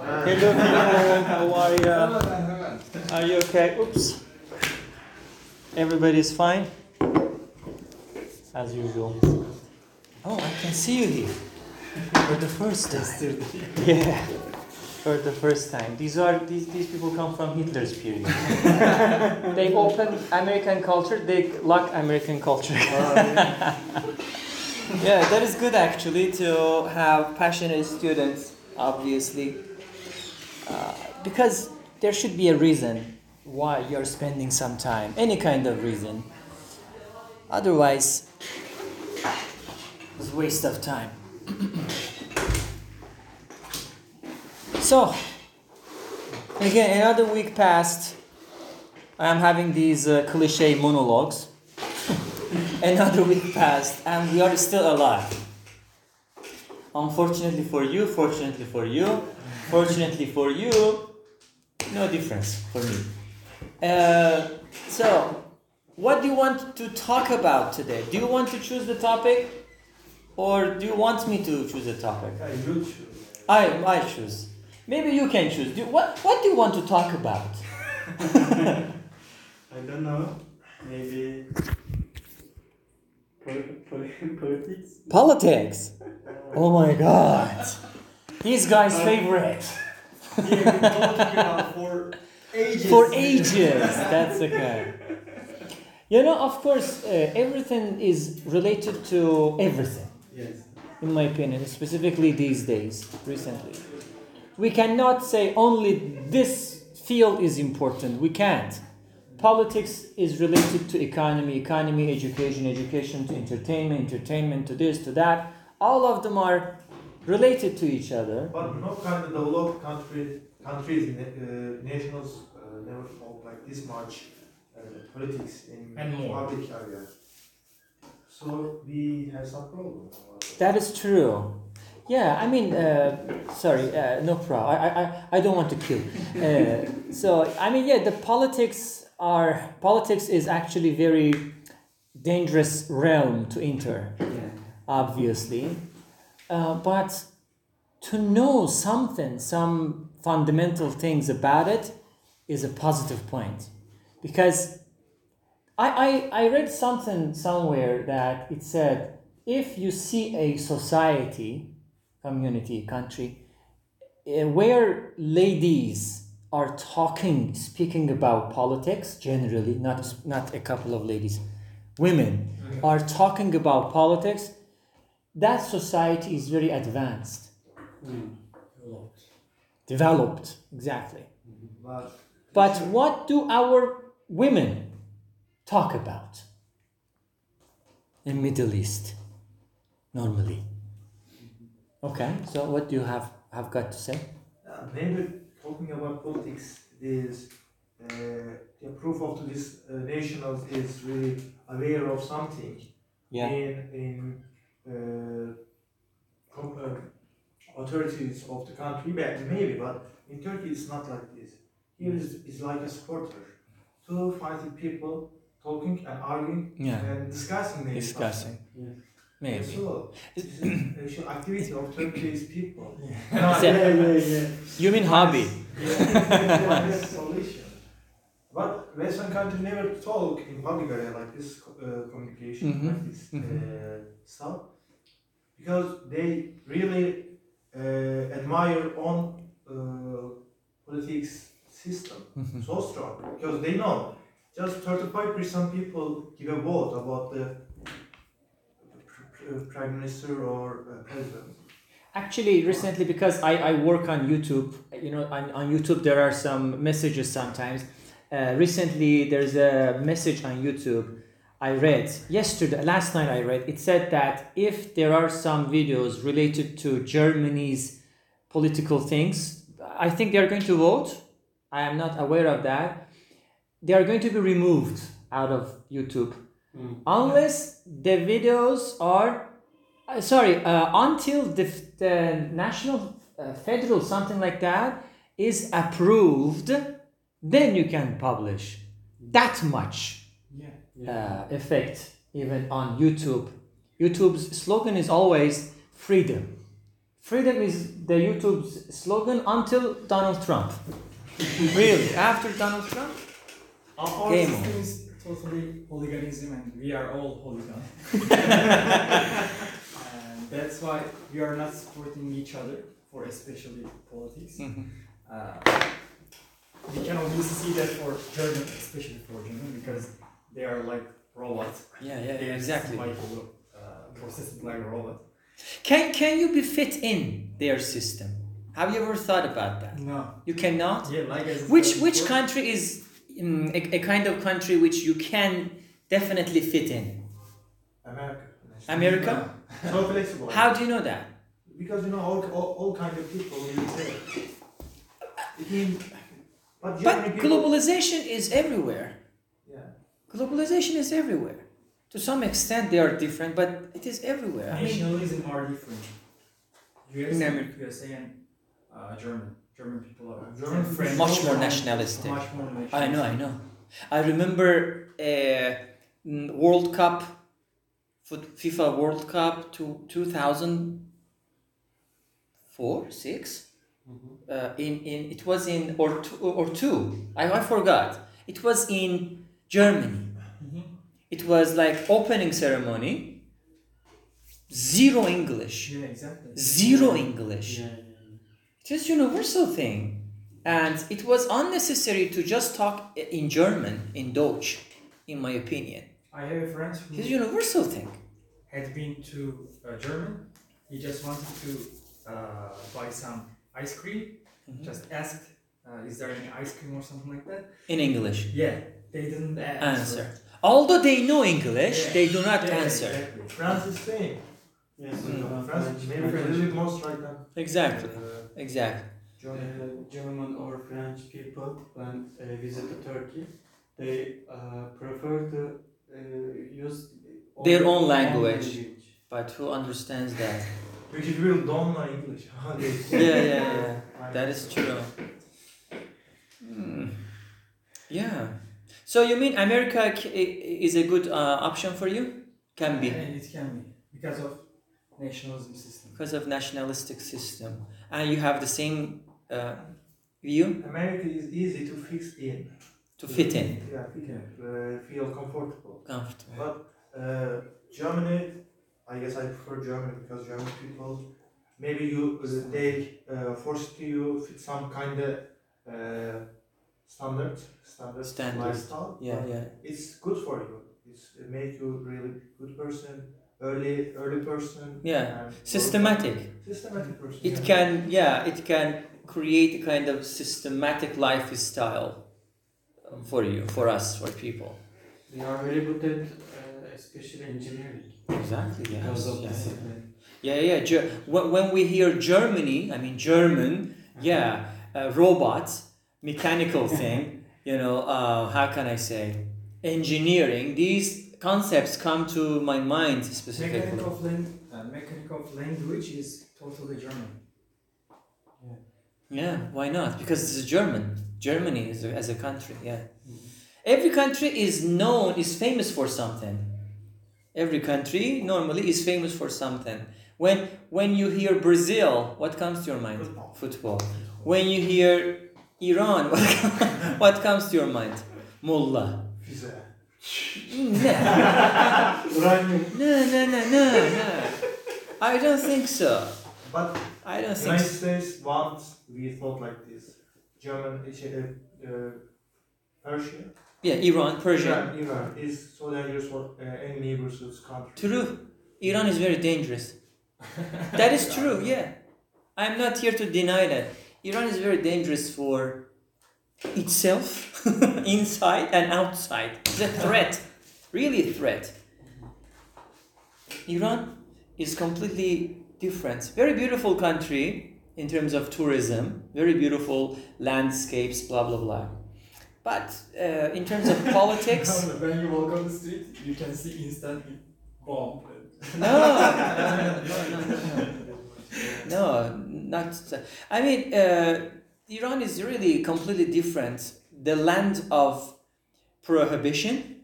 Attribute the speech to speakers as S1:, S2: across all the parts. S1: Hello, hello. How are you?
S2: Hemen hemen.
S1: uh, Are you okay? Oops. Everybody's fine? As usual. Oh, I can see you here. For the first time. Yeah. For the first time. These are these, these people come from Hitler's period. they open American culture, they lock American culture.
S3: Yeah, that is good actually to have passionate students, obviously. Uh, because there should be a reason why you're spending some time, any kind of reason. Otherwise, it's a waste of time. so, again, another week passed. I'm having these uh, cliche monologues another week passed and we are still alive unfortunately for you fortunately for you fortunately for you no difference for me uh, so what do you want to talk about today do you want to choose the topic or do you want me to choose the topic
S2: Ay, Lütf.
S3: i i choose maybe you can choose do what what do you want to talk about
S4: I don't know. Maybe po- po- politics.
S3: politics oh my god these guys favorite
S4: Yeah, we talked about for ages.
S3: for ages. That's okay. You know, of course, uh, everything is related to everything,
S4: Yes.
S3: in my opinion, specifically these days, recently. We cannot say only this field is important. We can't. Politics is related to economy, economy, education, education to entertainment, entertainment to this, to that. All of them are related to each other.
S5: Mhm.
S2: But no kind of developed country, countries, na- uh, nationals uh, never fought like this much uh, politics in
S5: And more.
S2: public area. So we have some problem.
S3: That is true. Yeah, I mean, uh, sorry, uh, no problem. I, I- I, I don't want to kill. Uh, so I mean, yeah, the politics are politics is actually very dangerous realm to enter, obviously. Uh, but to know something, some fundamental things about it, is a positive point, because I, I, I read something somewhere that it said if you see a society, community, country, eh, where ladies are talking, speaking about politics generally, not, not a couple of ladies, women are talking about politics, that society is very advanced, developed, exactly.
S2: But
S3: But what do our women talk about in Middle East normally? Okay, so what do you have have got to say?
S2: uh, maybe talking about politics is uh, the proof of to this uh, nationals is really aware of something.
S3: Yeah,
S2: in in uh, com- uh, authorities of the country, but maybe, but in Turkey it's not like this. Here is is like a supporter, two fighting people talking and arguing
S3: yeah,
S2: and discussing. maybe
S3: discussing.
S4: Yeah.
S2: something.
S3: Maybe
S2: So this is an actual activity of Turkish people.
S3: Yeah,
S4: yeah.
S3: you mean hobby?
S2: Yeah, that's solution. But Western country never talk in public area like this uh, communication,
S3: Mhm.
S2: like this uh, stuff, because they really uh, admire on uh, politics system
S3: Mm-hmm.
S2: so strong because they know just thirty five percent people give a vote about the pr- pr- prime minister or uh, president.
S3: Actually, recently because I, I work on YouTube, you know, on, on YouTube there are some messages sometimes. Uh, recently, there's a message on YouTube I read yesterday, last night I read. It said that if there are some videos related to Germany's political things, I think they are going to vote. I am not aware of that. They are going to be removed out of YouTube unless the videos are uh, sorry, uh, until the, f- the national, uh, federal, something like that is approved, then you can publish that much
S4: Yeah.
S3: uh, effect even on YouTube. YouTube's slogan is always freedom. Freedom is the YouTube's slogan until Donald Trump. really, after Donald Trump,
S4: Our
S3: Game
S4: system is totally hooliganism and we are all hooligans. and that's why we are not supporting each other for especially politics. Uh, we can obviously see that for German, especially for German, because they are like robots.
S3: yeah,
S4: They are Like uh, processed like robot.
S3: Can can you be fit in their system? Have you ever thought about that?
S4: No.
S3: You cannot.
S4: Yeah, like I said
S3: Which which
S4: before,
S3: country is mm, a, a kind of country which you can definitely fit in?
S2: America.
S3: America.
S2: So flexible.
S3: How do you know that?
S2: Because you know all all, all kind of people live there. It means, but Germany
S3: But
S2: people.
S3: globalization is everywhere.
S2: Yeah.
S3: Globalization is everywhere. To some extent, they are different, but it is everywhere. I mean,
S4: nationalism are different. US,
S3: In America.
S4: USA and uh, German. German people are
S2: German
S4: and French
S3: much more
S4: are
S3: nationalistic.
S4: Much more nationalistic.
S3: I know, I know. I remember uh, mm, World Cup, foot- FIFA World Cup to 2004, 6? Uh, in, in, it was in, or two, or two. I, I forgot. It was in Germany. It was like opening ceremony. Zero English.
S4: Yeah, exactly.
S3: Zero English.
S4: Yeah, yeah,
S3: Just universal thing. And it was unnecessary to just talk i- in German, in Deutsch, in my opinion.
S4: I have a friend who
S3: It's universal thing.
S4: had been to uh, German. He just wanted to uh, buy some ice cream. Just asked, uh, is there any ice cream or something like that?
S3: In English.
S4: Yeah, they didn't answer.
S3: Answer. Although they know English,
S4: Yeah.
S3: they do not
S4: Yeah,
S3: answer.
S4: Exactly.
S2: France is Spain.
S6: Yes, uh,
S2: France
S6: French,
S2: maybe a little bit most right now.
S3: Exactly.
S6: uh,
S3: Exactly.
S6: German, German or French people when uh, visit to Turkey, they uh, prefer to uh, use
S3: Their own language. But who understands that?
S2: Which is real Donna English.
S3: yeah, yeah, yeah. That is true. Hmm. Yeah. So you mean America c- i- is a good uh, option for you? Can be.
S4: And it can be because of nationalism system.
S3: because of nationalistic system and you have the same uh, view
S2: America is easy to fix in.
S3: to fit in
S2: Yeah, fit in. Uh, feel comfortable.
S3: comfortable
S2: But uh, Germany, I guess I prefer Germany because German people, maybe you uh, they uh, force to you fit some kind of uh, standard, standard,
S3: Standard.
S2: lifestyle.
S3: yeah yeah
S2: It's good for you. It's it make you really good person, early early person.
S3: Yeah.
S2: and-
S3: systematic
S2: Systematic person.
S3: it
S2: yeah.
S3: can yeah it can create a kind of systematic lifestyle for you for us for people
S6: They are very good at uh, especially engineering
S3: exactly
S6: because of
S3: yeah, yeah.
S6: discipline.
S3: Yeah, yeah. Ger- when, when we hear Germany, I mean German, yeah, uh, robots, mechanical thing, you know, uh, how can I say, engineering. These concepts come to my mind
S4: Mechanic
S3: specifically.
S4: of, lang- uh, mechanic of language is totally German.
S3: Yeah, why not? Because this is German. Germany is a, as a country. Yeah, every country is known is famous for something. Every country normally is famous for something. When when you hear Brazil, what comes to your mind?
S2: Football.
S3: When you hear Iran, what, com- what comes to your mind? Mullah.
S2: Pizza.
S3: No,
S2: Running.
S3: no, no, no, no, no. I don't think so.
S2: But
S3: I don't think
S2: United
S3: so.
S2: States once we thought like this. German, uh, uh, Persia,
S3: Yeah, Iran, Persia.
S2: Iran, Iran is so dangerous for uh, any neighbors of this country.
S3: True. Iran is very dangerous. That is true, yeah. I'm not here to deny that. Iran is very dangerous for itself, inside and outside. It's a threat, really a threat. Iran is completely different. Very beautiful country in terms of tourism, very beautiful landscapes, blah blah blah. But uh, in terms of politics,
S4: when you walk on the street, you can see instantly bomb.
S3: no, no, no, no, no, not. I mean, uh, Iran is really completely different. The land of prohibition,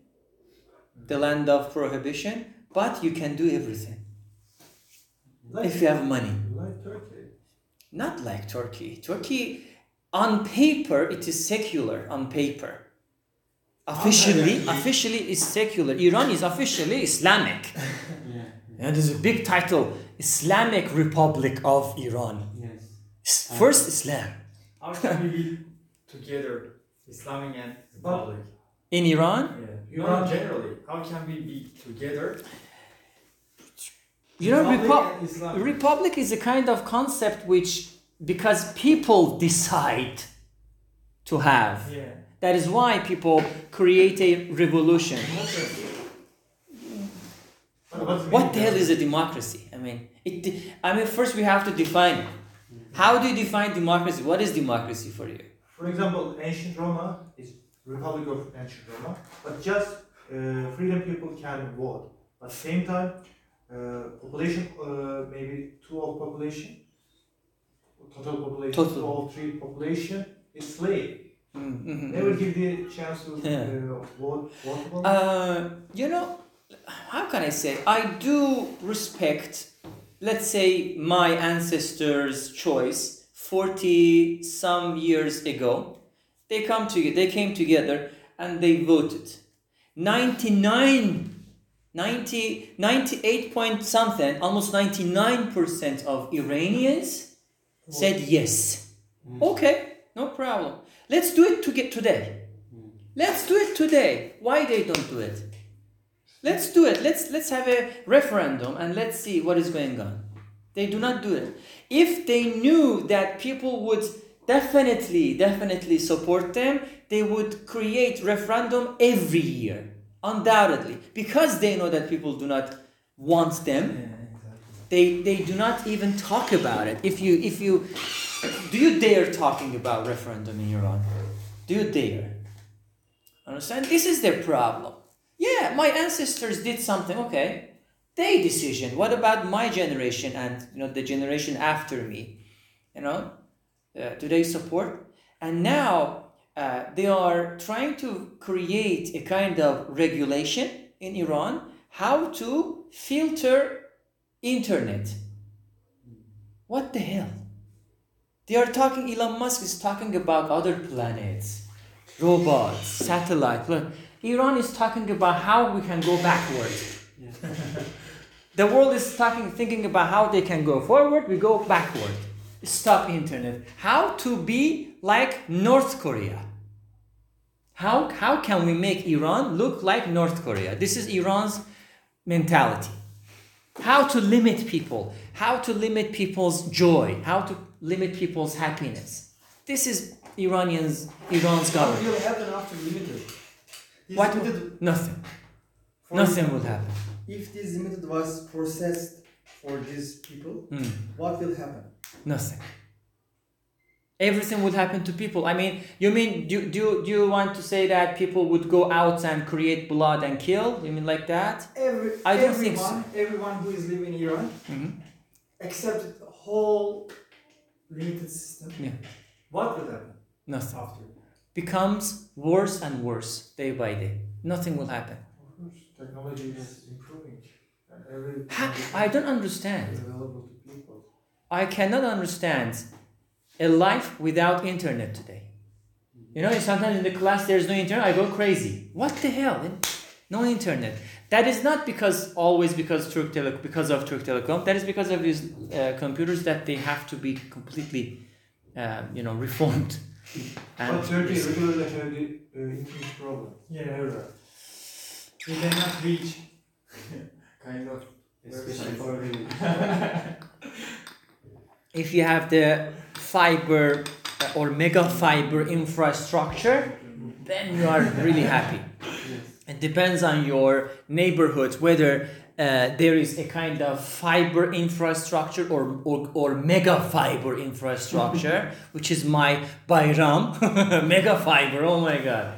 S3: the land of prohibition, but you can do everything.
S2: Like,
S3: if you have money.
S2: like Turkey.
S3: Not like Turkey. Turkey, on paper, it is secular. On paper, officially,
S2: Actually-
S3: officially is secular. Iran is officially Islamic.
S6: Yeah.
S3: Yeah, there's a big title: Islamic Republic of Iran.
S6: Yes.
S3: It's First Islam
S4: How can we be together, Islamic and Republic?
S3: in Iran.
S4: Yeah. No, generally, how can we be together?
S3: You know, Repo-
S4: Republic and Islamic.
S3: republic is a kind of concept which, because people decide to have.
S4: yeah.
S3: That is why people create a revolution. What the hell is a democracy? I mean, it. de- I mean, first we have to define. it. How do you define democracy? What is democracy for you?
S2: For example, ancient Roma is Republic of Ancient Roma, but just uh, freedom people can vote. But same time, uh, population uh, maybe two of population, total population,
S3: Total.
S2: two of three population is slave.
S3: Mm,
S2: They will give the chance to
S3: Yeah.
S2: uh, vote. Votable.
S3: Uh, you know, how can I say? I do respect, let's say, my ancestors' choice forty some years ago. They come to they came together and they voted. 99 90, 98 point something, almost 99% of Iranians said yes. Okay, no problem. Let's do it to get today. Let's do it today. Why they don't do it? Let's do it. Let's let's have a referendum and let's see what is going on. They do not do it. If they knew that people would definitely definitely support them, they would create referendum every year. Undoubtedly, because they know that people do not want them, they they do not even talk about it. If you if you do you dare talking about referendum in Iran? Do you dare? Understand? This is their problem. Yeah, my ancestors did something. Okay, they decision. What about my generation and you know the generation after me? You know, uh, do they support? And now uh, they are trying to create a kind of regulation in Iran how to filter internet. What the hell? They are talking. Elon Musk is talking about other planets robots, satellite. Look, Iran is talking about how we can go backward. the world is talking, thinking about how they can go forward. We go backward. Stop internet. How to be like North Korea? How how can we make Iran look like North Korea? This is Iran's mentality. How to limit people? How to limit people's joy? How to limit people's happiness? This is Iranians Iran's
S4: What
S3: government.
S4: will happen after limited?
S7: This
S3: What?
S7: limited-
S3: Nothing.
S7: for-
S3: Nothing would happen.
S7: If this limited was processed for these people,
S3: Hmm.
S7: what will happen?
S3: Nothing. Everything would happen to people. I mean, you mean do, do do you want to say that people would go out and create blood and kill? You mean like that?
S4: Every,
S3: I don't
S4: everyone,
S3: think so.
S4: everyone who is living in Iran
S3: Mhm.
S4: accepted the whole limited system.
S3: Yeah.
S4: What will happen
S3: Nothing.
S4: after?
S3: Becomes worse and worse day by day. Nothing will happen.
S2: Of course, technology is improving. And everything
S3: Ha- I don't understand.
S2: is available to people.
S3: I cannot understand a life without internet today. You know, sometimes in the class there's no internet, I go crazy. What the hell? No internet. That is not because always because Turk Tele- because of Turk Telecom. That is because of these uh, computers that they have to be completely, uh, you know, reformed.
S2: But Turkey regularly have the uh, internet problem.
S4: Yeah, everyone. We cannot reach kind of
S6: Especially for women.
S3: if you have the fiber uh, or mega fiber infrastructure, then you are really happy. It depends on your neighborhood whether uh, there is a kind of fiber infrastructure or, or, or mega fiber infrastructure, which is my Bayram mega fiber. Oh my god!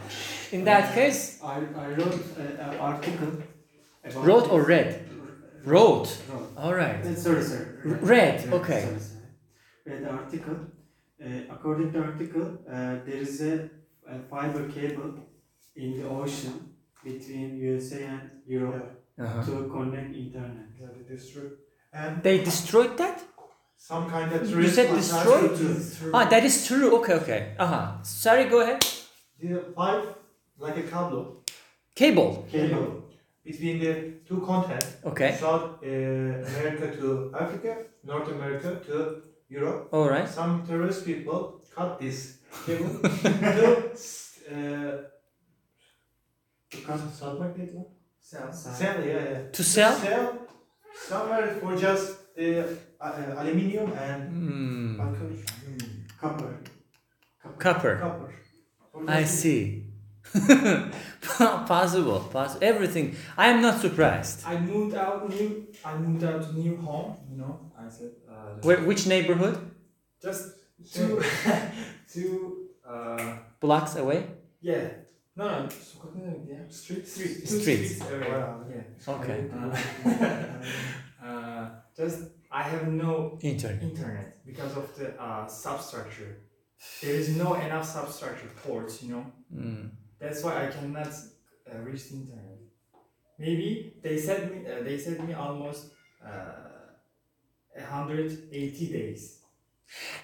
S3: In that case,
S6: I, I wrote uh, an article about
S3: road or red? Road.
S6: Road.
S3: All right.
S6: Uh, Sorry, sir.
S3: Red, okay.
S6: Sorry, sorry. Read article. Uh, according to article, uh, there is a, a fiber cable in the ocean between USA and Europe
S3: Uh-huh.
S6: to connect internet.
S2: Yeah, it is true. and
S3: They destroyed that?
S2: some kind of
S3: You said
S2: tourist
S3: destroy?
S2: attraction to-
S3: Ah, that is true. Okay, okay. Uh-huh. Sorry, go ahead.
S2: The pipe like a cable,
S3: Cable.
S2: cable between the two continents,
S3: Okay.
S2: South uh, America to Africa, North America to Europe.
S3: All right.
S2: Some terrorist people cut this cable to uh, because South America.
S4: Hmm.
S7: Sounds.
S2: Sell, yeah, yeah.
S3: To sell?
S2: Sell somewhere for just the uh, uh, aluminium and
S3: Hmm.
S2: copper.
S6: Copper.
S3: Copper.
S2: copper. For
S3: I
S2: just-
S3: see. possible. Poss- everything. I am not surprised.
S4: I moved out new. I moved out to new home. You know, I said uh, just,
S3: Where, which neighborhood?
S4: just two, two. Uh,
S3: Blocks away?
S4: yeah. No, no. sokak ne demek ya? Street, street, two
S3: Streets.
S4: streets away.
S2: Wow.
S4: Yeah.
S3: Okay.
S4: Uh, uh, just I have no
S3: Internet.
S4: internet because of the uh, substructure. There is no enough substructure ports. You know.
S3: Hmm.
S4: That's why I cannot uh, reach the internet. Maybe they sent me. Uh, they sent me almost uh, 180 days.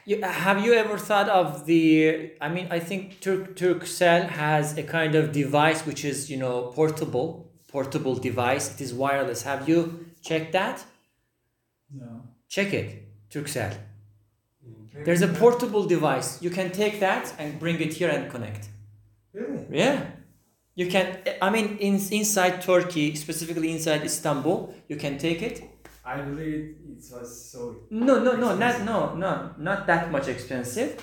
S3: You, have you ever thought of the? I mean, I think Turk Turkcell has a kind of device which is you know portable, portable device. It is wireless. Have you checked that?
S4: No.
S3: Check it, Turkcell. There's a portable device. You can take that and bring it here and connect.
S2: Really?
S3: Yeah. You can. I mean, in, inside Turkey, specifically inside Istanbul, you can take it.
S4: I believe it was so.
S3: No, no, no, not no, no, not that much expensive,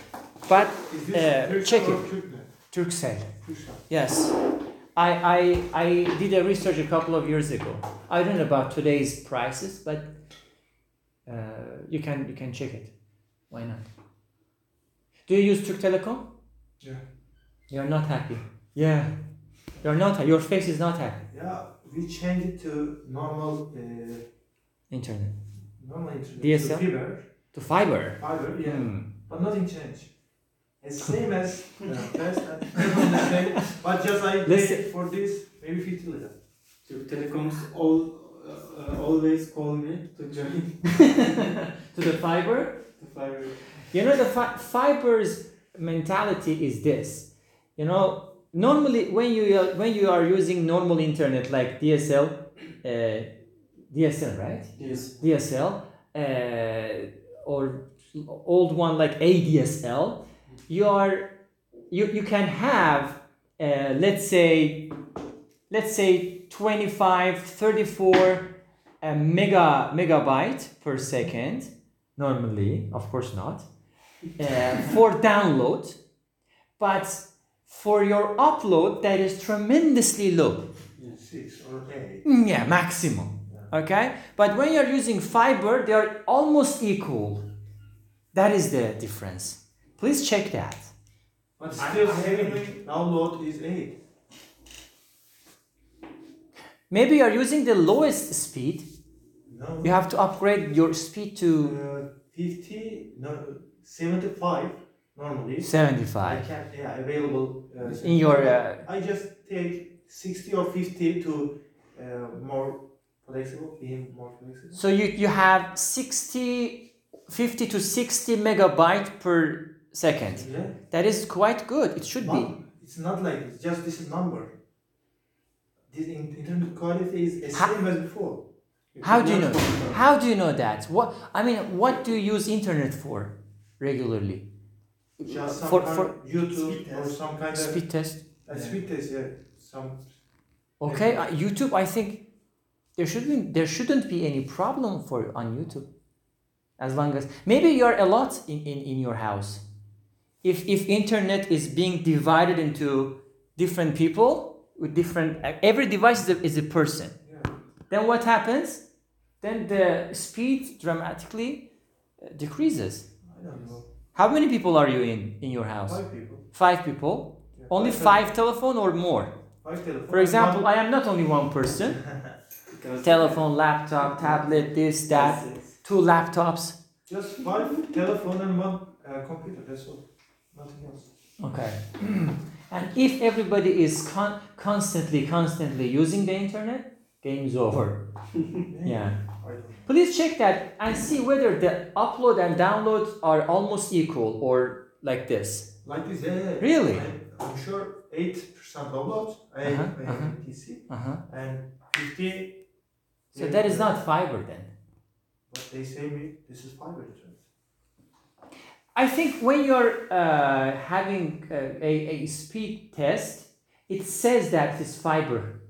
S3: but
S2: Is
S3: Uh,
S2: Turkish
S3: check
S2: or
S3: it.
S2: Türk lira?
S3: Turkcell.
S2: Türk lira.
S3: Yes. I, I, I did a research a couple of years ago. I don't know about today's prices, but uh, you can you can check it. Why not? Do you use Turk Telecom?
S2: Yeah.
S3: You're not happy. Yeah. You're not. ha- Your face is not happy.
S2: Yeah, we change it to normal, uh,
S3: Internet
S2: normal internet.
S3: DSL?
S2: To fiber,
S3: to fiber.
S2: fiber, yeah.
S3: Hmm.
S2: But nothing changed. It's same as uh, first and second the same, but just I
S3: Listen.
S2: paid for this maybe 50 lira.
S6: Türk Telekom's all, uh, always call me to join
S3: To the fiber.
S6: the fiber.
S3: You know, the fi- fiber's mentality is this. You know, normally when you are, when you are using normal internet like DSL, uh, DSL, right?
S6: Yes.
S3: DSL uh, or old one like ADSL, you are you, you can have uh, let's say let's say 25 34 uh, mega megabyte per second normally of course not uh, for download but for your upload that is tremendously low
S2: Six or eight.
S3: Mm, yeah maximum okay but when you're using fiber they are almost equal that is the difference please check that
S2: But
S4: I-
S2: still,
S4: I haven't-
S2: having download is eight.
S3: maybe you're using the lowest speed
S2: No.
S3: you have to upgrade your speed to
S2: Uh, 50, no, 75 normally. I
S3: 75
S2: can, yeah, available. Uh,
S3: in your uh,
S2: I just take 60 or 50 to uh, more flexible, being more flexible.
S3: so you you have 60 50 to 60 megabyte per second
S2: Yeah.
S3: that is quite good it should be
S2: But it's not like it's just this number. This in, internet quality is the
S3: Ha-
S2: same as before.
S3: how do you know how do you know that what i mean what do you use internet for regularly
S2: Just some
S3: For-
S2: kind
S3: for-
S2: of YouTube
S4: Speed
S2: or
S4: test.
S2: some kind of
S3: Speed test.
S2: a speed test, yeah. Some
S3: Okay, uh, YouTube. I think there shouldn't there shouldn't be any problem for on YouTube, as long as maybe you're a lot in, in, in your house. If if internet is being divided into different people with different e, every device is a, is a person. Then what happens? Then the speed dramatically uh, decreases.
S2: I don't know.
S3: How many people are you in in your house?
S2: Five people.
S3: Five people.
S2: Yeah,
S3: Only five telephone or more.
S2: Five telephone.
S3: For example, I am not only one person.
S6: Because
S3: Telephone, laptop, tablet, this, that, two laptops.
S2: Just five telephone and one uh, computer. That's all. Nothing else.
S3: Okay. and if everybody is con- constantly, constantly using the internet, game's over. Hmm. yeah.
S2: I don't know.
S8: Please check that and see whether the upload and download are almost equal or like this.
S2: Like this, yeah, yeah, yeah.
S8: Really?
S2: I, am sure 8% download, I,
S8: Uh-huh,
S2: I
S8: uh-huh.
S2: PC,
S8: Uh-huh.
S2: and 50.
S8: So that is not fiber then.
S2: But they say me, this is fiber internet.
S8: I think when you're uh, having uh, a, a speed test, it says that it's fiber.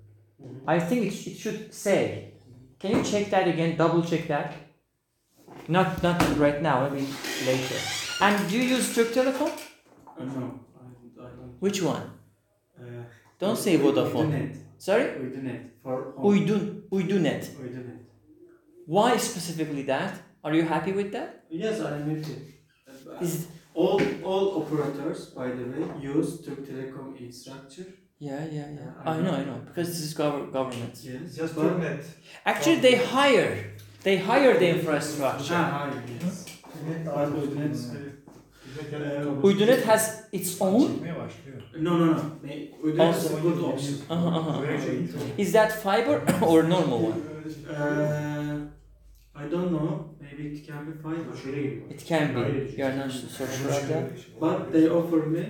S8: I think it, sh- it should say. Can you check that again? Double check that. Not not right now. I mean later. And do you use Türk Telekom?
S6: Uh, no, I, I don't.
S3: Which one?
S6: Uh,
S3: Don't say Vodafone.
S6: Uydunet.
S3: Sorry?
S6: Uydunet. For home.
S3: Uydun, Uydunet.
S6: Uydunet.
S3: Why specifically that? Are you happy with that?
S6: Yes, I moved it. Uh,
S3: Is
S6: all all operators, by the way, use Türk Telekom infrastructure.
S3: yeah, yeah, yeah.
S6: I
S3: I know, I know. Because this is gov- government.
S6: Yes.
S2: Just
S6: but-
S2: internet. Oh.
S3: Actually, they hire. They hire the infrastructure.
S6: Ah, hayır, yes. But Uydunet is very-
S3: Uydunet has its own.
S4: Çekmeye başlıyor.
S6: No, no, no. Ne- Uydunet is a
S4: Also-
S6: good option.
S3: Uh-huh, uh-huh.
S2: Gerçekten.
S3: Is that fiber or normal one?
S6: Uh, I don't know. Maybe it can be fiber.
S3: It can be. You are not so sure about that.
S6: But they offer me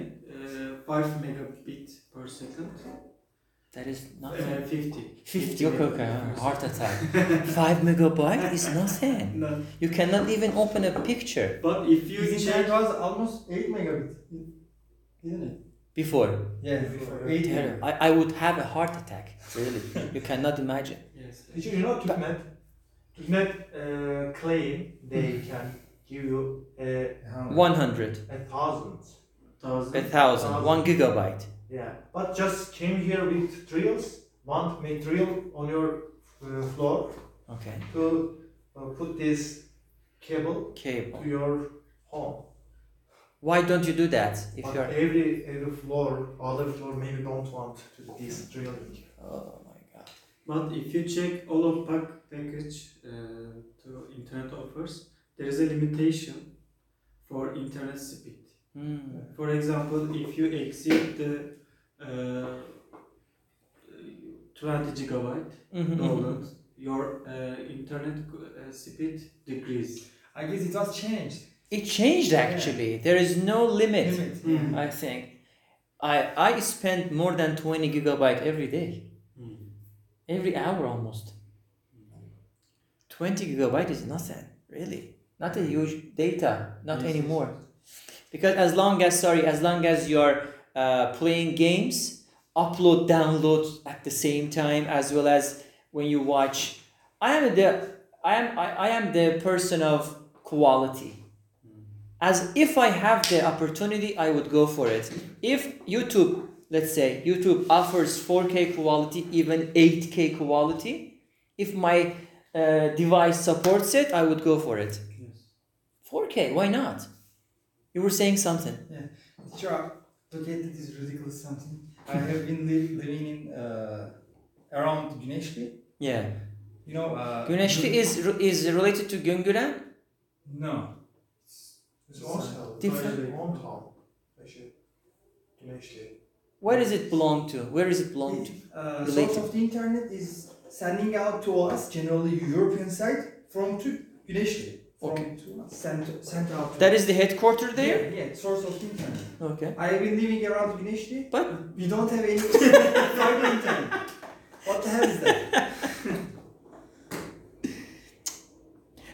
S6: uh, 5 megabit per second.
S3: That is
S6: Uh,
S3: nothing.
S6: 50.
S3: 50, okay, okay.
S6: megabit per
S3: uh, Heart attack. 5 megabyte is nothing.
S6: second. No.
S3: You cannot even open a picture
S6: But if you
S7: His
S6: check
S7: internet was almost 8 megabit. Isn't it?
S3: before.
S7: Yeah,
S2: Before.
S7: 8
S3: Terrible.
S7: megabit.
S3: I, I would have a heart attack. Really. You cannot imagine.
S6: Yes.
S2: Did you know TürkNet? TürkNet uh, claim they can give you uh,
S3: 100,
S2: a thousand.
S3: a
S6: Thousand.
S3: thousand, one gigabyte.
S2: Yeah, but just came here with drills, want make drill on your uh, floor
S3: Okay.
S2: to uh, put this cable
S3: Cable.
S2: to your home.
S3: Why don't you do that if
S2: but
S3: you're.
S2: every every floor, other floor maybe don't want to this drilling.
S3: Oh my god.
S6: But if you check all of pack package uh, to internet offers, there is a limitation for internet speed.
S3: Hmm.
S6: For example, if you exceed the uh, 20 gigabyte
S3: Mhm,
S7: Mm-hmm.
S3: mhm.
S6: download, your uh, internet uh, speed decrease.
S4: I guess it was changed.
S3: It changed actually. There is no limit, Mm.
S7: Limit.
S3: I think. I, I spend more than 20 gigabyte every day,
S7: Uh,
S6: Hmm.
S3: every hour almost. 20 gigabyte is nothing, really. Not a huge data, not
S6: Yes, yes,
S3: anymore. Because as long as, sorry, as long as you're uh, playing games, upload, download at the same time, as well as when you watch. I am the, I am, I, I am the person of quality as if I have the opportunity, I would go for it. If YouTube, let's say, YouTube offers 4K quality, even 8K quality, if my uh, device supports it, I would go for it.
S6: Yes.
S3: 4K, why not? You were saying something.
S7: Teacher, located this ridiculous something. I have been li- living in uh, around Güneşli.
S3: Yeah.
S7: You know, uh,
S3: Güneşli is is related to Güngören.
S7: No.
S2: It's also
S3: Different.
S2: very hometown. Actually, Güneşli.
S3: Where does it belong to? Where is it belong to?
S6: Mm.
S7: Uh, source
S3: Related.
S7: of the internet is sending out to us generally European side from to Güneşli. From
S3: Okay.
S7: to center, center out. to-
S3: That is the headquarter there.
S7: Yeah, yeah, source of the internet.
S3: Okay.
S7: I have been living around Güneşli.
S3: But-
S7: we don't have any fiber internet. What the hell is that?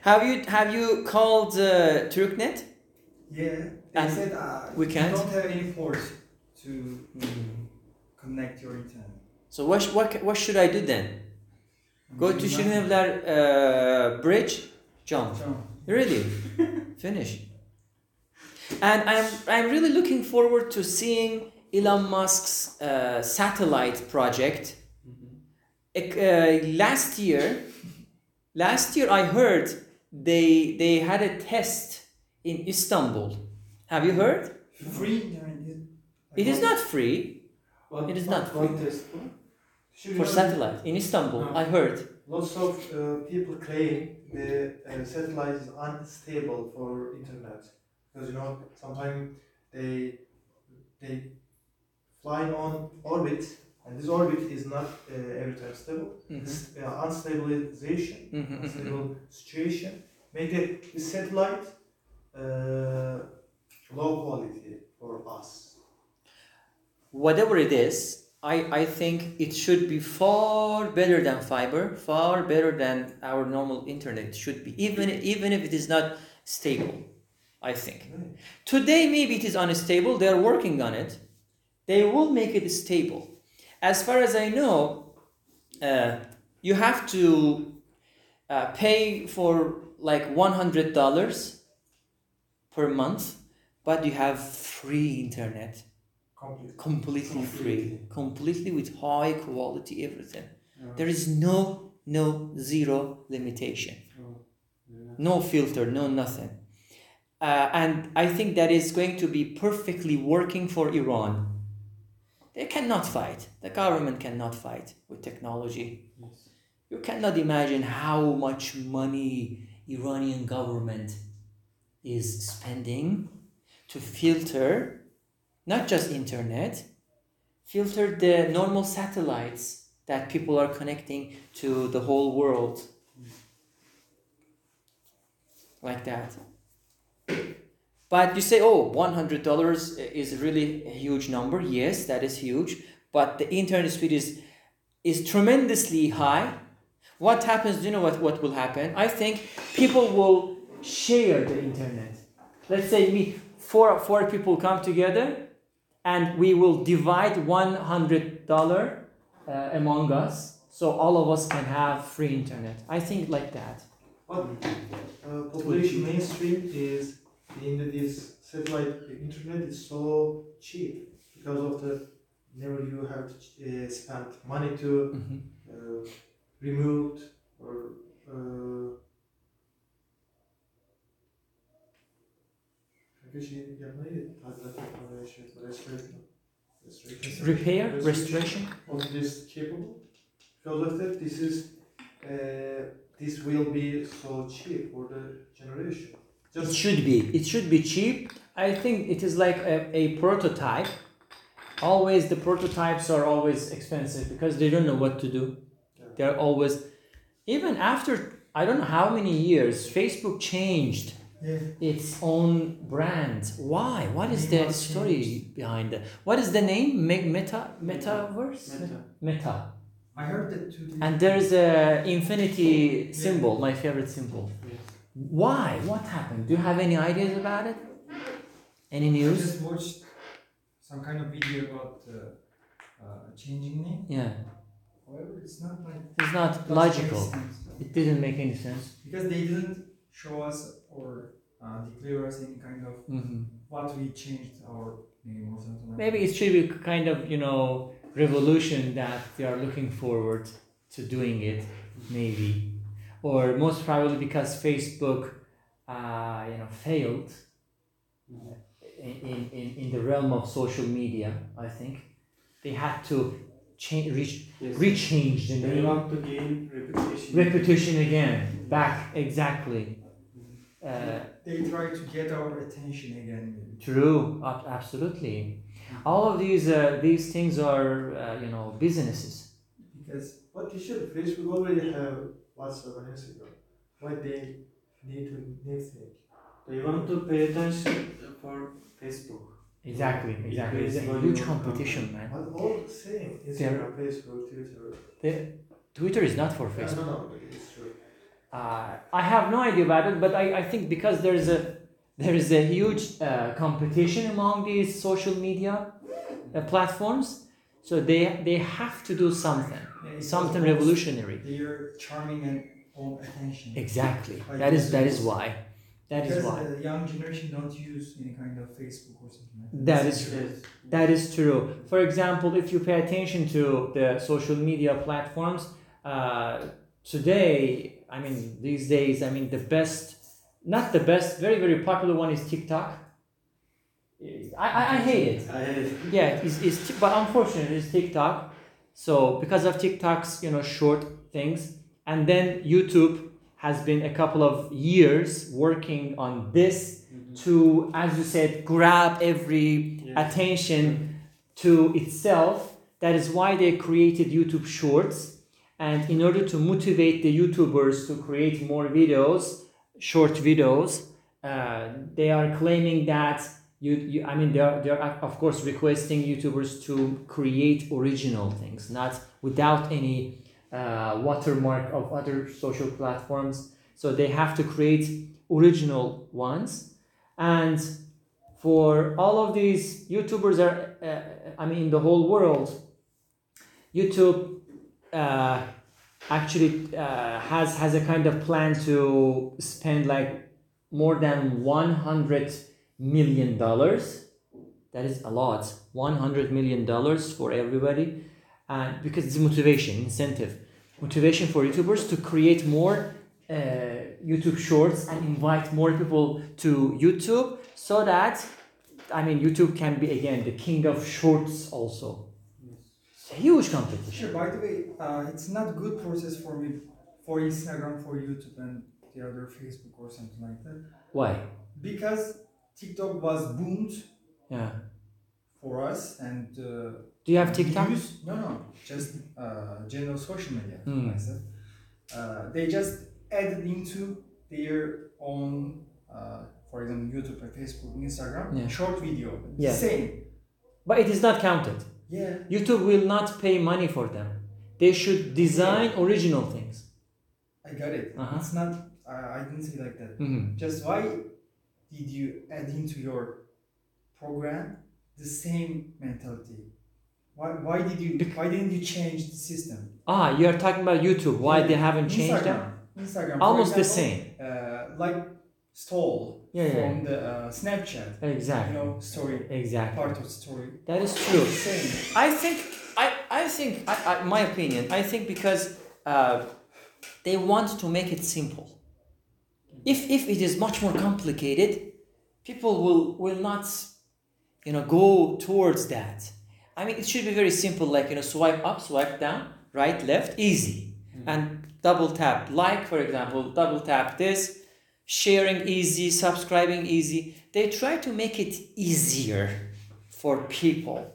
S3: Have you have you called uh, Turknet?
S7: Yeah, they
S3: And
S7: said uh,
S3: we can't?
S7: You don't have any port to mm, connect your internet.
S3: So what sh- what ca- what should I do then? Go to Şirinevler uh, Bridge, jump.
S7: Jump.
S3: Really, finish. And I'm I'm really looking forward to seeing Elon Musk's uh, satellite project.
S6: Mm-hmm.
S3: Ec- uh, last year, last year I heard they they had a test in Istanbul. Have you heard?
S7: Free internet. is-
S3: It is not free
S6: What,
S3: It is
S6: what,
S3: not
S6: what test for?
S2: Should
S3: for
S2: you-
S3: satellite in Istanbul. I heard.
S2: Lots of uh, people claim the uh, satellite is unstable for internet because you know sometimes they they fly on orbit And this orbit is not uh, every time stable.
S3: Mhm.
S2: Uh, unstabilization,
S3: Mhm, mhm.
S2: unstable situation make the, the satellite uh, low quality for us.
S3: Whatever it is, I, I think it should be far better than fiber, far better than our normal internet should be, even even if it is not stable. I think.
S2: Right.
S3: Today, maybe it is unstable. They are working on it. They will make it stable. As far as I know, uh, you have to uh, pay for like $100 per month, but you have free internet.
S2: Completely.
S3: Completely free. Completely with high quality everything.
S6: Yeah.
S3: There is no, no, zero limitation
S6: Yeah.
S3: no filter, no nothing. Uh, and I think that is going to be perfectly working for Iran. They cannot fight. The government cannot fight with technology.
S6: Yes.
S3: You cannot imagine how much money Iranian government is spending to filter not just internet, filter the normal satellites that people are connecting to the whole world like that. But you say, oh, $100 is really a huge number. Yes, that is huge. But the internet speed is, is tremendously high. What happens? Do you know what, what will happen? I think people will share the internet. Let's say me, four, four people come together and we will divide $100 uh, among us so all of us can have free internet. I think like that.
S2: But uh, population mainstream is in the- this satellite internet is so cheap because of the never you have to uh, spend money to uh, remove or uh, bir şey yapmayı tadilat yapmayı şey restoration restoration
S3: Repair, restoration.
S2: of this capable because of that this is uh, this will be so cheap for the generation
S3: It
S2: just
S3: should be. It should be cheap. I think it is like a, a prototype. Always the prototypes are always expensive because they don't know what to do.
S2: Yeah.
S3: They're always even after I don't know how many years Facebook changed
S7: Yeah.
S3: its own brand. Why? What is
S7: Name
S3: the
S7: was
S3: story behind that? What is the name? Me- Meta metaverse?
S6: Meta.
S3: Meta.
S7: I heard that too.
S3: And there's a infinity symbol, my favorite symbol.
S6: Yes.
S3: Why? What happened? Do you have any ideas about it? Any
S7: I
S3: news?
S7: just watched some kind of video about the uh, changing name.
S3: Yeah,
S7: However, it's not like
S3: it's not
S7: doesn't make
S3: logical.
S7: sense.
S3: It didn't make any sense.
S7: because they didn't show us or uh, declare us any kind of
S3: hmm
S7: what we changed our name or something. Like
S3: Maybe
S7: that.
S3: it should be kind of you know revolution that they are looking forward to doing it, maybe, or most probably because Facebook, uh, you know, failed in, in, in, in the realm of social media. I think they had to change, reach,
S6: Yes.
S3: rechange the
S6: They
S3: name,
S6: want to gain reputation.
S3: repetition again, back exactly. Uh,
S7: they try to get our attention again. Maybe.
S3: True, ab- absolutely. All of these uh, these things are uh, you know businesses.
S7: Because
S2: but you should facebook already have whatsapp and instagram why they need to need thing
S6: They want to pay attention for Facebook.
S3: Exactly, exactly. It's a
S6: Basically,
S3: huge
S6: uh,
S3: competition, man.
S2: but all the same instagram facebook twitter
S3: The- Twitter is not for
S2: i
S3: Facebook.
S2: don't know it's true
S3: Uh, I have no idea about it, but I, I think because there's a there is a huge uh, competition among these social media uh, platforms, so they they have to do something,
S7: yeah, it
S3: something
S7: was-
S3: revolutionary.
S7: They are charming and own attention.
S3: Exactly. That is that is why. That
S7: because
S3: is why.
S7: the young generation don't use any kind of Facebook or something like that.
S3: That is
S6: Yes.
S3: That is true. For example, if you pay attention to the social media platforms, uh, today, I mean, these days, I mean, the best, not the best, very, very popular one is TikTok. I, I, I hate it.
S6: I hate it.
S3: Yeah, it's, it's, Ti- but unfortunately, it's TikTok. So, because of TikTok's, you know, short things, and then YouTube has been a couple of years working on this to, as you said, grab every
S6: Yes.
S3: attention to itself
S9: That is why they created YouTube Shorts. And in order to motivate the YouTubers to create more videos, short videos, uh, they are claiming that you, you I mean, they are, they are of course requesting YouTubers to create original things, not without any uh, watermark of other social platforms. So they have to create original ones. And for all of these YouTubers are, uh, I mean, in the whole world, YouTube uh, actually uh, has has a kind of plan to spend like more than one hundred million dollars. That is a lot. One hundred million dollars for everybody, and because it's motivation, incentive, motivation for YouTubers to create more uh, YouTube Shorts and invite more people to YouTube so that I mean YouTube can be again the king of shorts also. It's a huge competition.
S4: Sure. By the way, uh, it's not good process for me for Instagram, for YouTube, and the other Facebook or something like that
S9: Why?
S4: because TikTok was boomed
S9: Yeah.
S4: for us and. Uh,
S9: Do you have TikTok?
S4: Use, no, no, just uh, general social media.
S9: Hmm.
S4: I said. Uh, they just added into their own, uh, for example, YouTube, and Facebook, Instagram,
S9: Yeah.
S4: short video.
S9: Yeah.
S4: Same.
S9: But it is not counted.
S4: Yeah.
S9: YouTube will not pay money for them. They should design original things.
S4: I got it.
S9: Uh-huh.
S4: It's not. I I didn't say like that.
S9: Mm-hmm.
S4: Just why did you add into your program the same mentality? Why, why did you why didn't you change the system?
S9: Ah, you are talking about YouTube. Why they haven't changed them?
S4: Instagram, Instagram. for
S9: Almost the
S4: example,
S9: same.
S4: uh, like stole
S9: Yeah, yeah.
S4: from the uh, Snapchat, you
S9: Exactly.
S4: know, story
S9: Exactly.
S4: part of story.
S9: That is true.
S4: Same.
S3: I think I, I think I, I, my opinion. I think because uh, they want to make it simple. If if it is much more complicated, people will will not, you know, go towards that. I mean, it should be very simple, like you know, swipe up, swipe down, right, left, easy, and double tap. Like for example, double tap this, sharing easy, subscribing easy. They try to make it easier for people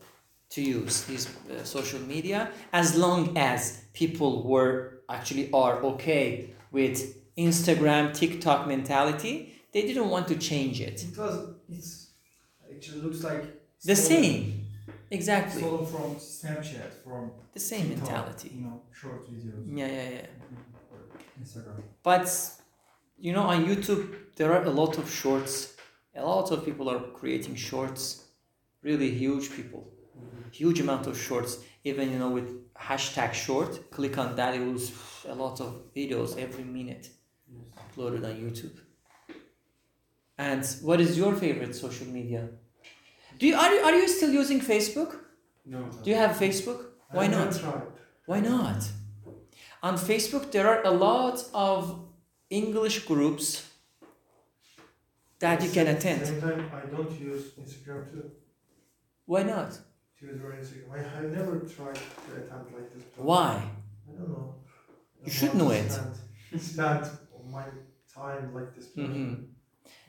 S3: to use these uh, social media as long as people were actually are okay with Instagram, TikTok mentality. They didn't want to change it.
S4: It was it's actually looks like
S3: The
S4: stolen-
S3: same, exactly,
S4: stolen from Snapchat from
S3: the same
S4: TikTok,
S3: mentality.
S4: You know, short videos,
S3: Yeah, yeah, yeah.
S4: Instagram.
S3: But you know, on YouTube there are a lot of shorts. A lot of people are creating shorts. Really huge people,
S6: Mm-hmm.
S3: huge amount of shorts. Even you know with hashtag short, click on that. It was a lot of videos every minute uploaded on YouTube. And what is your favorite social media? Do you are you, are you still using Facebook?
S6: No.
S3: Do you have Facebook? Why
S2: I never
S3: not?
S2: tried.
S3: Why not? On Facebook, there are a lot of English groups that you can attend.
S2: Same time, I don't use Instagram too.
S3: Why not?
S2: Twitter or Instagram. I have never tried to attempt like this. before.
S3: Why?
S2: I don't know.
S3: You should know it.
S2: it. Spend my time like this.
S3: hmm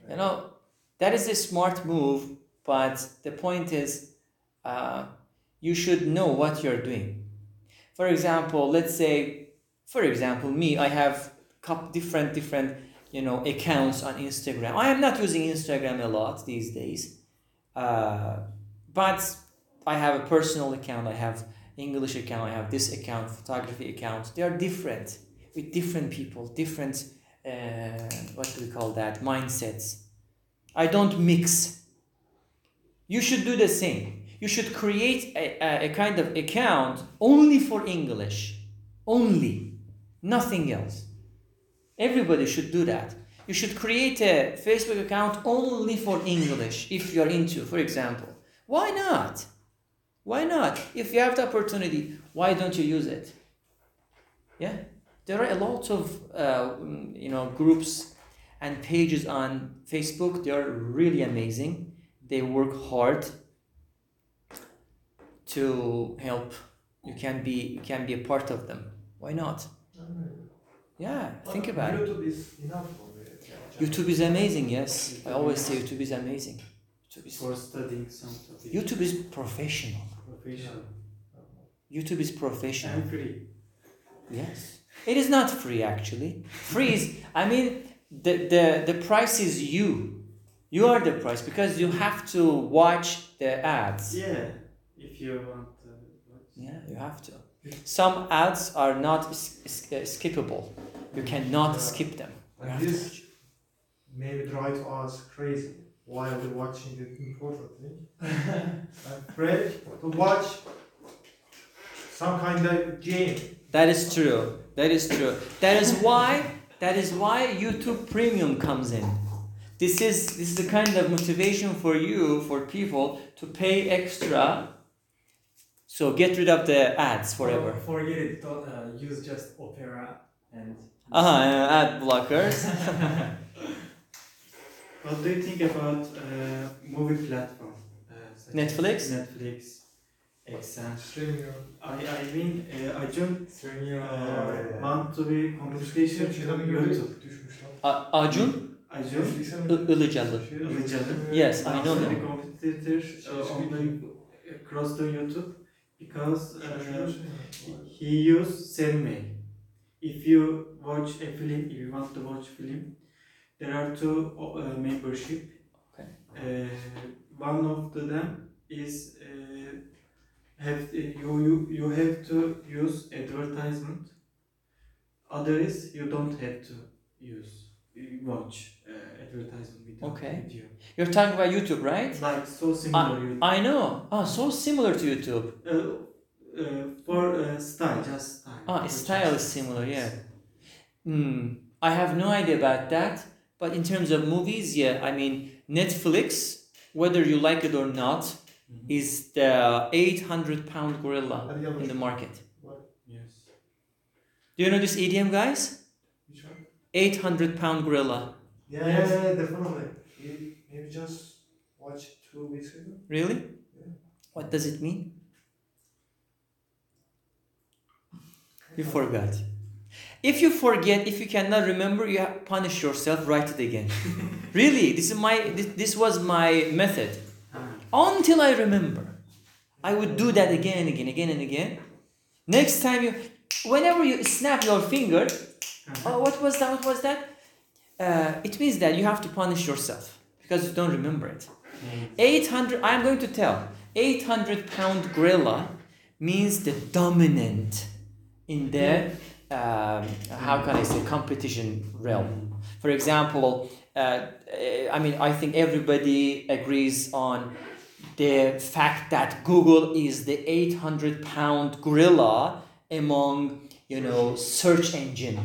S3: You know, that is a smart move, but the point is, uh, you should know what you're doing. For example, let's say, for example, me, I have couple different different you know accounts on Instagram. I am not using Instagram a lot these days, uh, but I have a personal account. I have English account. I have this account, photography account. They are different with different people, different uh, what do we call that mindsets. I don't mix. You should do the same. You should create a, a, a kind of account only for English, only, nothing else. Everybody should do that. You should create a Facebook account only for English if you're into, for example. Why not? Why not? If you have the opportunity, why don't you use it? Yeah, there are a lot of uh, mm, you know groups and pages on Facebook. They are really amazing. They work hard to help. You can be you can be a part of them. Why not? Yeah, think about it.
S2: YouTube is enough for me.
S3: YouTube is amazing, yes. I always say YouTube is amazing. YouTube is,
S6: For studying some topic.
S3: YouTube is professional.
S6: Professional.
S3: YouTube is professional.
S6: and free.
S3: Yes. It is not free actually. Free is I mean the the the price is you. You are the price because you have to watch the ads.
S6: Yeah, if you want uh, to. watch.
S3: Yeah, you have to. Some ads are not s- s- uh, skippable. You cannot skip them. You
S2: And
S3: have to
S2: this
S3: watch.
S2: maybe drives us crazy while we're watching the important thing. I'm afraid to watch some kind of game.
S3: That is true. That is true. That is why that is why YouTube Premium comes in. This is this is the kind of motivation for you for people to pay extra. So get rid of the ads forever.
S4: Oh, forget it. Don't, uh, use just Opera and.
S3: Uh-huh, uh, ad blockers.
S6: What do you think about uh, movie platform? Uh, such as
S3: Netflix?
S6: Netflix, Exxon.
S2: Streaming.
S6: I I mean uh, I don't
S4: Streaming.
S6: uh, want to be competition YouTube.
S3: A- Acun
S6: I don't.
S3: I- Ilıcalı. Yes, I know
S6: want to be
S3: him.
S6: competitors uh, on the uh, across the YouTube because uh, he use Senmei. If you watch a film, if you want to watch film, there are two uh, membership.
S3: Okay.
S6: Uh, one of the them is uh, have you, you you have to use advertisement. Other is you don't have to use you watch uh, advertisement without
S3: Okay.
S6: video.
S3: You're talking about YouTube, right?
S6: It's like so similar. you-
S3: I know. Ah, so similar to YouTube.
S6: uh, uh, for uh, style, just style.
S3: Ah, style is similar, yeah. Hmm. I have no idea about that. But in terms of movies, yeah, I mean, Netflix, whether you like it or not,
S6: Mm-hmm.
S3: is the 800 pound gorilla in the market.
S6: Yes.
S3: Do you know this idiom, guys? 800 pound gorilla.
S2: Yeah, yeah, yeah, definitely. Maybe- Maybe just watch two weeks ago.
S3: Really? What does it mean? You forgot. If you forget, if you cannot remember, you ha- punish yourself. Write it again. really, this is my this, this was my method. Ah, Until I remember, I would do that again and again, again and again. Next time you, whenever you snap your finger, oh, what was that? What was that? Uh, it means that you have to punish yourself because you don't remember it. 800 i'm going to tell 800 pound gorilla means the dominant in the um, how can i say competition realm for example uh, uh, i mean i think everybody agrees on the fact that google is the 800 pound gorilla among you know search engine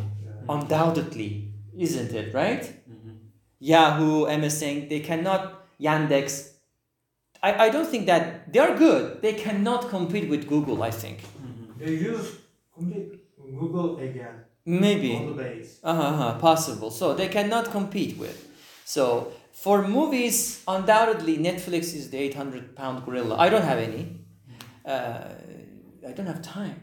S3: undoubtedly isn't it right
S6: Mm-hmm.
S3: Yahoo, MSN, they cannot Yandex. I, I don't think that they're good. They cannot compete with Google, I think.
S6: Mm-hmm.
S2: They use Google again on
S3: Maybe.
S2: the base.
S3: Uh-huh, uh-huh, possible. So they cannot compete with. So for movies, undoubtedly Netflix is the 800 pound gorilla. I don't have any. Uh, I don't have time.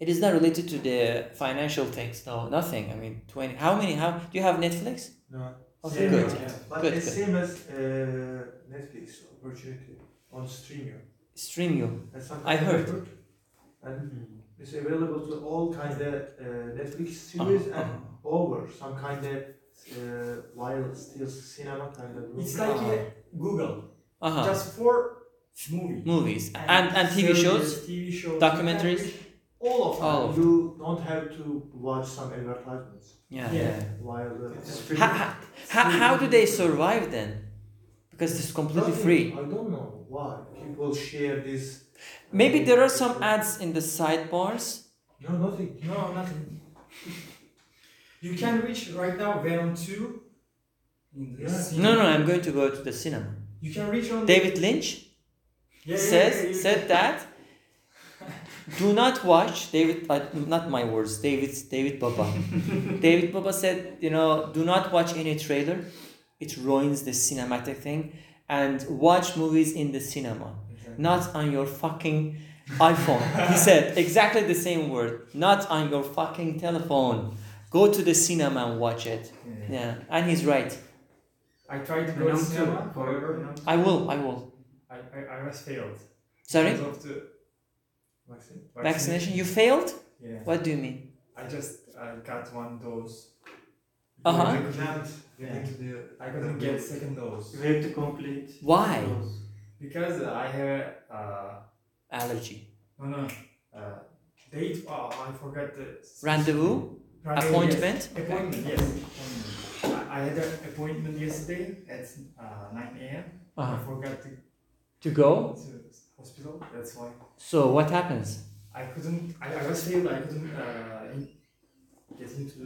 S3: It is not related to the financial things. No, nothing. I mean, 20. How many? How do you have Netflix?
S2: No.
S3: Okay,
S2: Same,
S3: good.
S2: yeah. But
S3: Good,
S2: it's
S3: good.
S2: same as uh, Netflix opportunity on streaming.
S3: Stream you.
S2: That's some
S3: I
S2: kind of
S3: heard.
S2: network. And
S6: Mm-hmm.
S2: it's available to all kind of uh, Netflix series
S3: Uh-huh,
S2: and over some kind of uh, wild still cinema kind of.
S4: It's
S2: movie.
S4: like a Google,
S3: Uh-huh.
S4: just for movie.
S3: movies and, and TV shows.
S4: series, TV shows,
S3: documentaries.
S2: all of them.
S3: all of
S2: you don't have to watch some advertisements
S3: Yeah.
S4: Yeah.
S2: while. Uh,
S6: It's
S2: uh,
S6: free.
S3: How, how, how do they survive then? Because it's completely
S2: nothing-
S3: free.
S2: I don't know why people share this.
S3: Maybe there are some ads in the sidebars.
S2: No, nothing.
S7: No, nothing. You can reach right now Venom 2 in the
S2: Yeah.
S7: cinema.
S3: No, no, I'm going to go to the cinema.
S7: You can reach on
S3: David Lynch
S4: Yeah, yeah, yeah, yeah,
S3: says said that. Do not watch David. Uh, not my words. David's David Baba. David Baba said, you know, do not watch any trailer. It ruins the cinematic thing. And watch movies in the cinema. not on your fucking iPhone. he said exactly the same word, not on your fucking telephone. Go to the cinema and watch it.
S7: Yeah.
S3: Yeah, and he's right.
S4: I tried to go to
S6: Venom
S4: cinema,
S6: two.
S4: however,
S3: I will, I will.
S4: I, I, I was failed.
S3: Sorry?
S4: Because of the Vaccine?
S3: Vaccination? You failed?
S4: Yeah.
S3: What do you mean?
S4: I just I got one dose. I
S3: Uh-huh.
S6: You
S4: couldn't,
S6: can't get into the
S4: I couldn't get second dose
S6: You have to complete.
S3: Why?
S6: those.
S4: because I have uh
S3: Allergy.
S4: no no uh date. Oh, I forgot the
S3: Rendezvous?
S4: Rendezvous, yes.
S3: Appointment?
S4: Appointment, yes. Appointment. I I had an appointment yesterday at uh, 9 a.m. I
S3: Uh-huh.
S4: forgot to
S3: To go?
S4: go to hospital. That's why
S3: So what happens?
S4: I couldn't. I, I was failed. I couldn't uh, in- get into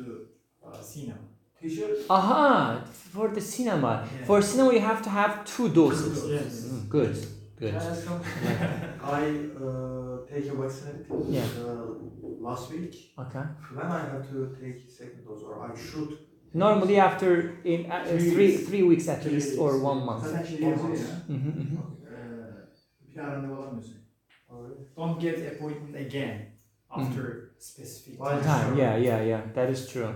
S4: uh, cinema.
S2: T-shirt.
S3: Aha! For the cinema.
S4: Yeah.
S3: For cinema, you have to have two doses.
S4: Yes.
S3: Mm, Good. Good.
S2: Uh, I uh, take a vaccine
S3: Yeah.
S2: uh, last week.
S3: Okay.
S2: When I have to take second dose, or I should.
S3: Normally after in uh,
S2: Three
S3: three
S2: weeks.
S3: three weeks at
S2: Three
S3: least
S2: weeks.
S3: or one month.
S2: Sen şey yazıyor ya.
S3: Mhm, mhm.
S4: Ee, bir daha randevu alamıyorsun.
S2: Alright.
S4: Don't get appointment again after
S3: Hmm.
S4: specific
S2: Why?
S3: Time. Yeah, yeah, yeah. That is true.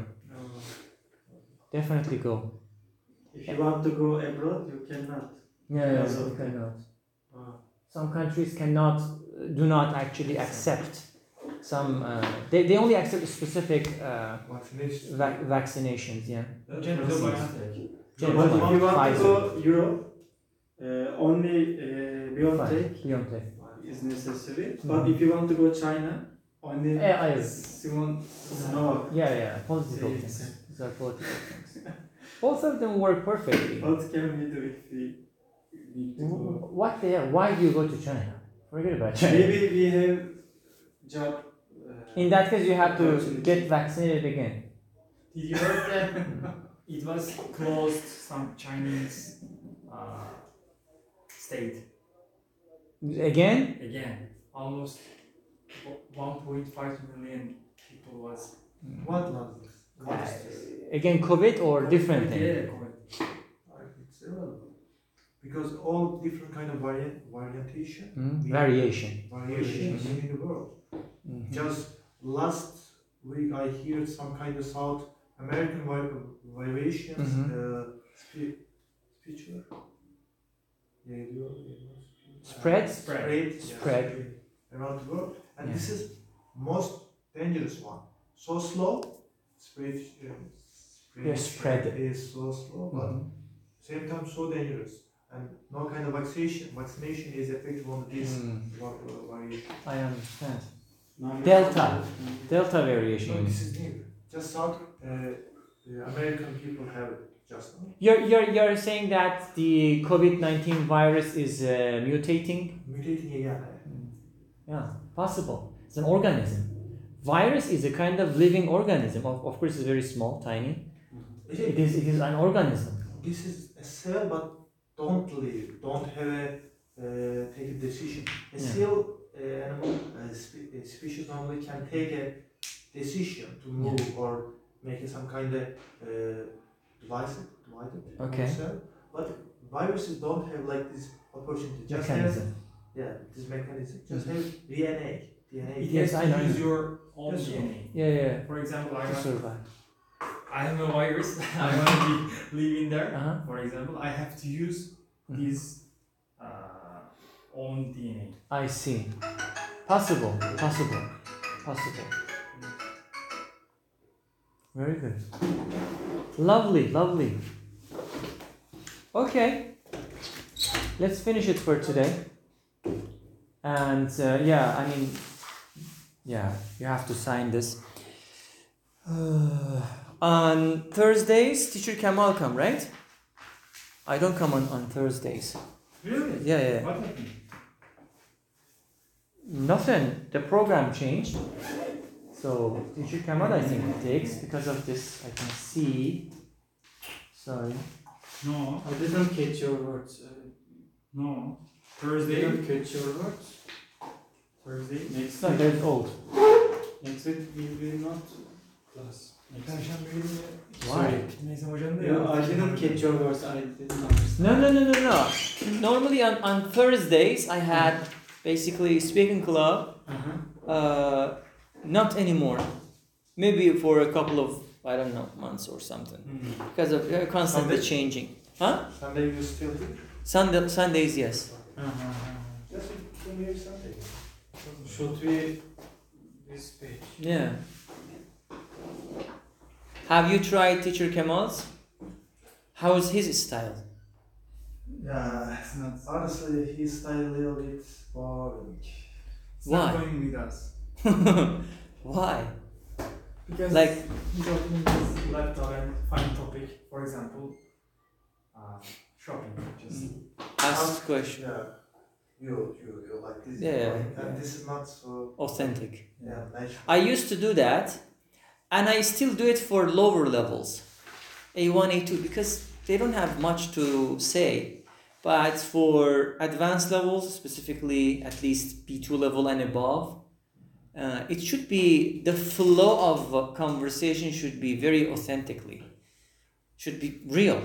S3: Definitely go.
S6: Uh, If you want to go abroad, you cannot.
S3: Yeah,
S6: Yeah,
S3: yeah,
S6: so-
S3: you cannot.
S6: Uh,
S3: Some countries cannot, do not actually accept some. Uh, they, they only accept specific uh,
S2: Vaccination.
S3: vac- vaccinations. Yeah.
S4: General Biotech.
S6: but
S3: General
S6: if you want to
S3: Pfizer.
S6: go Europe, uh, only uh, BioNTech
S3: Fine. BioNTech.
S6: is necessary. But if you want to go China, only
S3: Mm-hmm. Yeah, I-
S6: Simon Sinovac.
S3: Yeah, yeah. Political
S6: Yeah,
S3: things. These are political things. Both of them work perfectly.
S6: What can we do if we need to go?
S3: Wh- What the hell? Why do you go to China? Forget about China.
S6: Maybe we have job. uh,
S3: In that case, you have to
S6: opportunity.
S3: get vaccinated again.
S4: Did you heard that it was closed some Chinese uh, state
S3: Again?
S4: again? Almost o- 1.5 million people was
S2: What nonsense?
S3: Uh, Again, COVID or different thing?
S4: Yeah, COVID.
S2: It's available. Because all different kind of variant, variation,
S3: Hmm? Variation.
S2: variations in the world.
S3: Mhm.
S2: Just last week I heard some kind of South American vi- variations.
S3: Mhm.
S2: Uh, spe- speaker. Radio,
S3: Spread?
S4: Spread.
S2: Spread.
S3: Spread.
S2: Around the world, and
S3: Yeah.
S2: this is most dangerous one. So slow, spread. Uh, spread
S3: Yeah, spread.
S2: is so slow, but
S3: Mhm.
S2: same time so dangerous and no kind of vaccination vaccination is effective on this
S3: Hmm,
S2: va- va- variation.
S3: I understand.
S6: now-
S3: Delta. Delta variation.
S2: No, this is new. Just South uh, uh, American people have it just now.
S3: You're, you're, you're saying that the COVID 19 virus is uh, mutating?
S2: Mutating again.
S3: Yeah, possible. It's an organism. Virus is a kind of living organism. Of, of course, it's very small, tiny.
S6: Mm-hmm.
S3: It is, it is an organism.
S2: This is a cell, but don't leave. Don't have a uh, take a decision. A
S3: Yeah.
S2: cell uh, animal uh, spe- uh, species normally can take a decision to move or make some kind of uh, divided, divided
S3: Okay.
S2: cell. But viruses don't have like this opportunity. Just have
S3: Mechanism. Mm-hmm.
S2: yeah, this mechanism. Just have DNA. DNA.
S3: Yes,
S4: Yes,
S3: I
S4: I
S3: know.
S4: use your own
S2: Yes.
S4: DNA.
S3: Yeah, yeah.
S4: For example, I
S3: To
S4: want,
S3: survive.
S4: I have a virus. I want to be living there.
S3: Uh-huh.
S4: For example, I have to use
S3: Mhm.
S4: his uh, own DNA.
S3: I see. Possible. Possible. Possible. Very good. Lovely, lovely. Okay. Let's finish it for today. And uh, yeah, I mean, yeah, you have to sign this. Uh, on Thursdays, teacher Kamal come, right? I don't come on, on Thursdays.
S4: Really?
S3: Yeah, yeah.
S4: What happened?
S3: Nothing. The program changed. So teacher Kamal I think takes because of this I can see. Sorry.
S4: No,
S6: I didn't catch your words. I
S4: no. Thursday.
S6: didn't catch your words.
S4: Thursday.
S6: Next
S3: No,
S6: week.
S3: there's old.
S6: Next week we will not class. Next week.
S3: Why?
S4: Neyse hocam da
S6: Yeah, I didn't catch your words. I didn't understand.
S3: No no no no no. Normally on, on Thursdays I had basically speaking club.
S6: Uh-huh.
S3: Uh, not anymore. Maybe for a couple of I don't know months or something
S6: Hmm.
S3: because of uh, constantly
S2: Sunday?
S3: changing. Huh?
S2: Sunday you still here?
S3: Sunday Sundays yes.
S6: Uh-huh.
S2: Just to me Sunday.
S6: Should we this page?
S3: Yeah. Have you tried Teacher Kemal's? How is his style?
S2: Yeah,
S4: It's not,
S2: honestly, his style a little bit boring.
S4: it's not
S3: Why?
S4: going with us.
S3: Why?
S4: Because
S3: Like-
S4: he doesn't just left out and find topic, for example, uh, shopping. Just
S3: Ask question.
S2: Yeah, you, you, you like this.
S3: Yeah, yeah.
S2: And this is not so
S3: Authentic.
S4: Mm-hmm.
S2: yeah, natural.
S3: I used to do that, and I still do it for lower levels, A1, A2, because they don't have much to say. But for advanced levels, specifically at least B2 level and above, uh, it should be the flow of uh, conversation should be very authentically, should be real.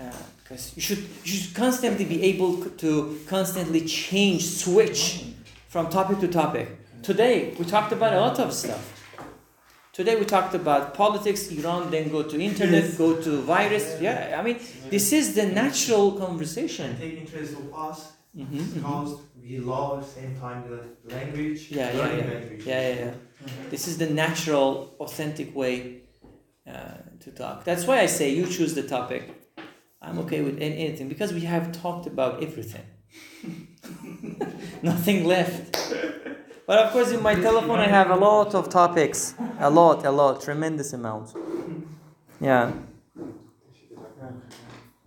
S3: Uh, because you should, you should constantly be able to constantly change, switch from topic to topic. Today we talked about a lot of stuff. Today we talked about politics, Iran, then go to internet, go to virus. Yeah, I mean this is the natural
S2: And
S3: conversation.
S2: take interest of us
S3: Mhm, mhm.
S2: because we love at the same time the language,
S3: Yeah, yeah,
S2: learning
S3: yeah.
S2: language.
S3: Yeah, yeah, yeah. This is the natural, authentic way uh, to talk. That's why I say you choose the topic. I'm okay with an- anything because we have talked about everything. Nothing left. But of course, in my telephone, I have a lot of topics. A lot, a lot, tremendous amount. Yeah.